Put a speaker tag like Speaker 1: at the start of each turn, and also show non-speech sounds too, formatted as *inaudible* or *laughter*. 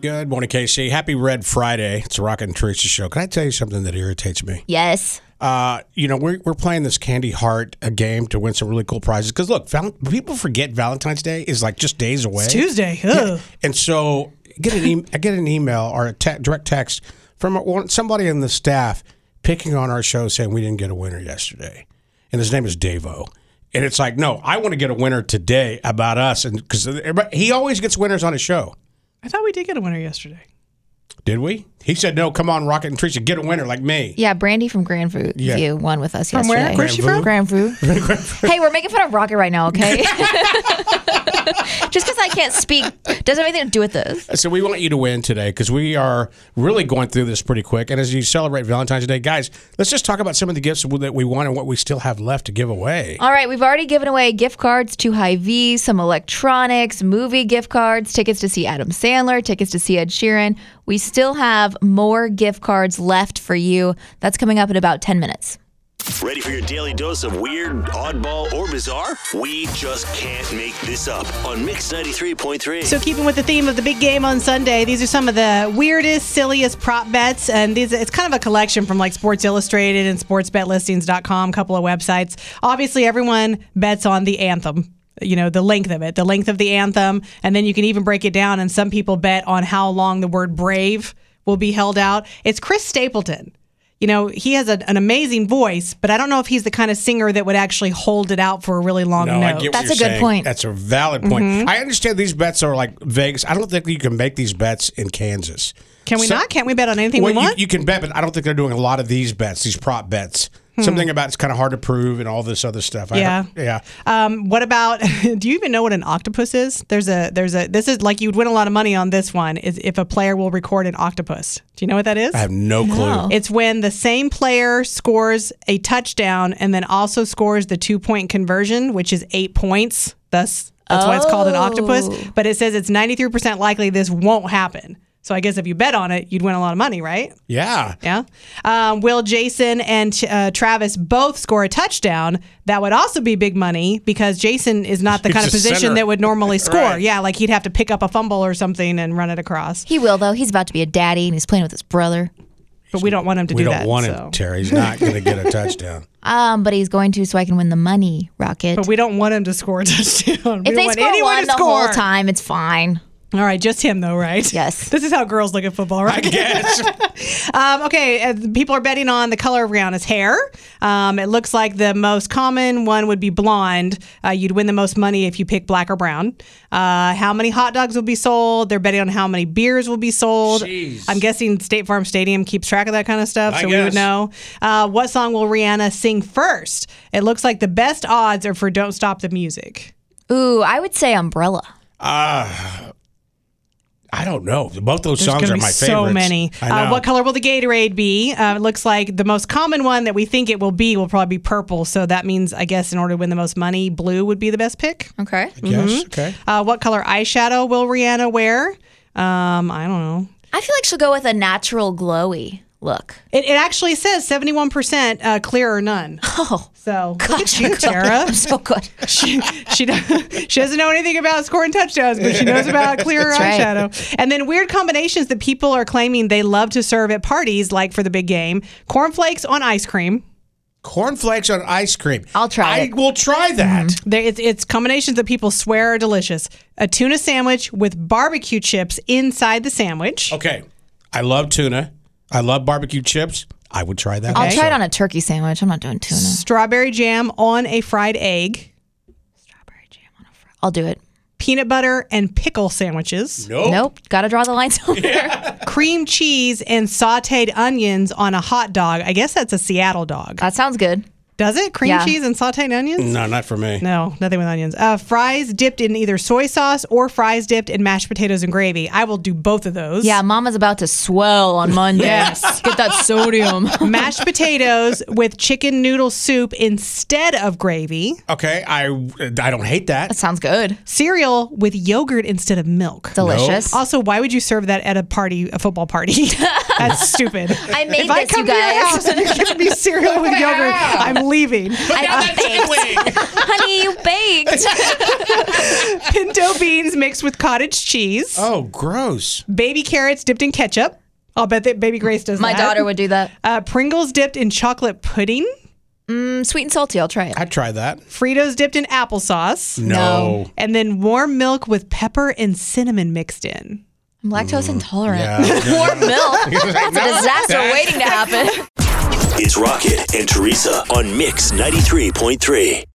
Speaker 1: Good morning, KC. Happy Red Friday. It's a Rocket and Teresa show. Can I tell you something that irritates me?
Speaker 2: Yes.
Speaker 1: Uh, you know, we're, we're playing this Candy Heart a game to win some really cool prizes. Because look, val- people forget Valentine's Day is like just days away.
Speaker 3: It's Tuesday. Ugh.
Speaker 1: And so get an e- I get an email or a te- direct text from a, one- somebody in the staff picking on our show saying we didn't get a winner yesterday, and his name is Davo. And it's like, no, I want to get a winner today about us, and because he always gets winners on his show.
Speaker 3: I thought we did get a winner yesterday.
Speaker 1: Did we? He said, no, come on, Rocket and Teresa, get a winner like me.
Speaker 2: Yeah, Brandy from Grand View
Speaker 1: Yeah.
Speaker 2: View won with us
Speaker 3: From where?
Speaker 2: yesterday.
Speaker 3: Where's she
Speaker 2: *laughs*
Speaker 3: from?
Speaker 2: Grand View. hey, we're making fun of Rocket right now, *laughs* okay? Just because I can't speak doesn't have anything to do with this.
Speaker 1: So we want you to win today because we are really going through this pretty quick. And as you celebrate Valentine's Day, guys, let's just talk about some of the gifts that we won and what we still have left to give away.
Speaker 2: All right, we've already given away gift cards to Hy-Vee, some electronics, movie gift cards, tickets to see Adam Sandler, tickets to see Ed Sheeran. We still have more gift cards left for you. That's coming up in about 10 minutes.
Speaker 4: Ready for your daily dose of weird, oddball, or bizarre? We just can't make this up on Mix 93.3.
Speaker 3: So, keeping with the theme of the big game on Sunday, these are some of the weirdest, silliest prop bets, and these it's kind of a collection from like Sports Illustrated and SportsBetListings.com, couple of websites. Obviously, everyone bets on the anthem. You know, the length of it, the length of the anthem. And then you can even break it down, and some people bet on how long the word brave will be held out. It's Chris Stapleton. You know, he has a, an amazing voice, but I don't know if he's the kind of singer that would actually hold it out for a really long
Speaker 1: No,
Speaker 3: note.
Speaker 1: I get what
Speaker 2: That's
Speaker 1: you're
Speaker 2: a good
Speaker 1: saying.
Speaker 2: point.
Speaker 1: That's a valid point. I understand these bets are like Vegas. I don't think you can make these bets in Kansas.
Speaker 3: Can we
Speaker 1: So-
Speaker 3: not? Can't we bet on anything
Speaker 1: Well,
Speaker 3: we want?
Speaker 1: You, you can bet, but I don't think they're doing a lot of these bets, these prop bets. Something about it's kind of hard to prove and all this other stuff. I
Speaker 3: Yeah.
Speaker 1: don't- yeah.
Speaker 3: Um, what about? *laughs* Do you even know what an octopus is? There's a there's a this is like you'd win a lot of money on this one is if a player will record an octopus. Do you know what that is?
Speaker 1: I have no clue.
Speaker 2: No.
Speaker 3: It's when the same player scores a touchdown and then also scores the two point conversion, which is eight points. Thus, that's why it's called an octopus.
Speaker 2: Oh.
Speaker 3: But it says it's 93% likely this won't happen. So I guess if you bet on it, you'd win a lot of money, right?
Speaker 1: Yeah.
Speaker 3: Yeah. Um, will Jason and uh, Travis both score a touchdown? That would also be big money because Jason is not the
Speaker 1: He's
Speaker 3: kind of
Speaker 1: a
Speaker 3: position
Speaker 1: center.
Speaker 3: that
Speaker 1: *laughs*
Speaker 3: would normally score.
Speaker 1: Right.
Speaker 3: Yeah, like he'd have to pick up a fumble or something and run it across.
Speaker 2: He will, though. He's about to be a daddy and he's playing with his brother.
Speaker 3: But we don't want him to
Speaker 1: We
Speaker 3: do
Speaker 1: don't
Speaker 3: that.
Speaker 1: want
Speaker 3: so.
Speaker 1: him, Terry. He's not going to get a touchdown.
Speaker 2: Um, but he's going to so I can win the money, Rocket.
Speaker 3: But we don't want him to score a *laughs* touchdown. we
Speaker 2: if they
Speaker 3: want
Speaker 2: score
Speaker 3: anyone
Speaker 2: one
Speaker 3: to
Speaker 2: the
Speaker 3: score.
Speaker 2: whole time, it's fine.
Speaker 3: All right, just him though, right?
Speaker 2: Yes.
Speaker 3: This is how girls look at football, right?
Speaker 2: *laughs*
Speaker 3: *laughs*
Speaker 1: Yes.
Speaker 3: Um, okay, uh, people are betting on the color of Rihanna's hair. Um, it looks like the most common one would be blonde. Uh, you'd win the most money if you pick black or brown. Uh, how many hot dogs will be sold? They're betting on how many beers will be sold.
Speaker 1: Jeez.
Speaker 3: I'm guessing State Farm Stadium keeps track of that kind of stuff,
Speaker 1: I
Speaker 3: so we
Speaker 1: guess.
Speaker 3: would know. Uh, what song will Rihanna sing first? It looks like the best odds are for "Don't Stop the Music."
Speaker 2: Ooh, I would say umbrella.
Speaker 1: Ah, I don't know. Both those
Speaker 3: There's
Speaker 1: songs
Speaker 3: gonna
Speaker 1: are
Speaker 3: be
Speaker 1: my
Speaker 3: so
Speaker 1: favorites.
Speaker 3: many.
Speaker 1: I know.
Speaker 3: Uh, what color will the Gatorade be? Uh, it looks like the most common one that we think it will be will probably be purple. So that means, I guess, in order to win the most money, blue would be the best pick.
Speaker 2: Okay.
Speaker 1: Yes. Okay.
Speaker 3: Uh, what color eyeshadow will Rihanna wear? Um, I don't know.
Speaker 2: I feel like she'll go with a natural glowy look.
Speaker 3: It, it actually says 71% uh, clear or none.
Speaker 2: *laughs* Oh,
Speaker 3: So look at
Speaker 2: gosh,
Speaker 3: you,
Speaker 2: I'm so-
Speaker 3: Tara.
Speaker 2: *laughs* I'm so good.
Speaker 3: she she does- *laughs* she doesn't know anything about scoring touchdowns, but she knows about clear
Speaker 2: right.
Speaker 3: eyeshadow. And then weird combinations that people are claiming they love to serve at parties, like for the big game: cornflakes on ice cream.
Speaker 1: Cornflakes on ice cream.
Speaker 2: I'll try
Speaker 1: I
Speaker 2: it.
Speaker 1: will try that.
Speaker 3: There, it's, it's combinations that people swear are delicious. A tuna sandwich with barbecue chips inside the sandwich.
Speaker 1: Okay. I love tuna. I love barbecue chips. I would try that.
Speaker 2: I'll
Speaker 1: also.
Speaker 2: try it on a turkey sandwich. I'm not doing tuna.
Speaker 3: Strawberry jam on a fried egg.
Speaker 2: Strawberry jam on a fry. I'll do it.
Speaker 3: Peanut butter and pickle
Speaker 1: *laughs*
Speaker 3: sandwiches.
Speaker 1: Nope.
Speaker 2: Nope. Got to draw the line *laughs* somewhere.
Speaker 3: Cream cheese and sauteed onions on a hot dog. I guess that's a Seattle dog.
Speaker 2: That sounds good.
Speaker 3: Does it? Cream
Speaker 2: Yeah.
Speaker 3: cheese and sauteed onions?
Speaker 1: No, not for me.
Speaker 3: No, nothing with onions. Uh, fries dipped in either soy sauce or fries dipped in mashed potatoes and gravy. I will do both of those.
Speaker 2: Yeah, Mama's about to swell
Speaker 3: *laughs*
Speaker 2: on Monday. *laughs*
Speaker 3: Yes.
Speaker 2: Get that sodium.
Speaker 3: *laughs*
Speaker 2: *laughs*
Speaker 3: mashed potatoes with chicken noodle soup instead of gravy,
Speaker 1: Okay. I I don't hate
Speaker 2: that
Speaker 3: *laughs*
Speaker 1: that.
Speaker 2: sounds good.
Speaker 3: cereal with yogurt instead of milk.
Speaker 2: Delicious.
Speaker 3: Also, why would you serve that at a party, a
Speaker 2: *laughs*
Speaker 3: football party? That's stupid.
Speaker 2: I made
Speaker 3: if I
Speaker 2: this, you
Speaker 3: come to your
Speaker 2: guys.
Speaker 3: house and you're giving me cereal with yogurt, I'm
Speaker 2: *laughs*
Speaker 3: leaving. *laughs*
Speaker 2: I baked. Honey, you baked.
Speaker 3: Pinto beans mixed with cottage cheese.
Speaker 1: Oh, gross.
Speaker 3: Baby carrots dipped in ketchup. I'll bet that baby Grace
Speaker 2: *laughs*
Speaker 3: does *laughs*
Speaker 2: My
Speaker 3: that.
Speaker 2: daughter would do that.
Speaker 3: Uh, Pringles dipped in chocolate pudding.
Speaker 2: Mm, sweet and salty. I'll try it.
Speaker 1: I'd try that.
Speaker 3: Fritos dipped in applesauce.
Speaker 1: No.
Speaker 3: And then warm milk with pepper and cinnamon mixed in.
Speaker 2: I'm lactose intolerant.
Speaker 1: Yeah.
Speaker 2: *laughs* Warm milk. That's a disaster waiting to happen.
Speaker 4: It's Rocket and Teresa on Mix 93.3.